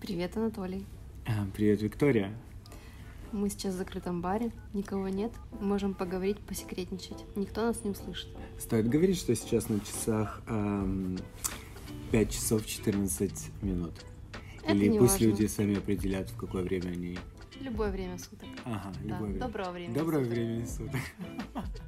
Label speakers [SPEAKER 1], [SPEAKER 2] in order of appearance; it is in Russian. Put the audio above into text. [SPEAKER 1] Привет, Анатолий.
[SPEAKER 2] А, Привет, Виктория.
[SPEAKER 1] Мы сейчас в закрытом баре, никого нет, можем поговорить, посекретничать. Никто нас не услышит.
[SPEAKER 2] Стоит говорить, что сейчас на часах эм, 5 часов 14 минут.
[SPEAKER 1] Это
[SPEAKER 2] Или
[SPEAKER 1] не
[SPEAKER 2] пусть
[SPEAKER 1] важно.
[SPEAKER 2] люди сами определят, в какое время они...
[SPEAKER 1] Любое время суток.
[SPEAKER 2] Ага,
[SPEAKER 1] Да,
[SPEAKER 2] любое время.
[SPEAKER 1] Доброго времени.
[SPEAKER 2] Доброго
[SPEAKER 1] суток.
[SPEAKER 2] времени суток.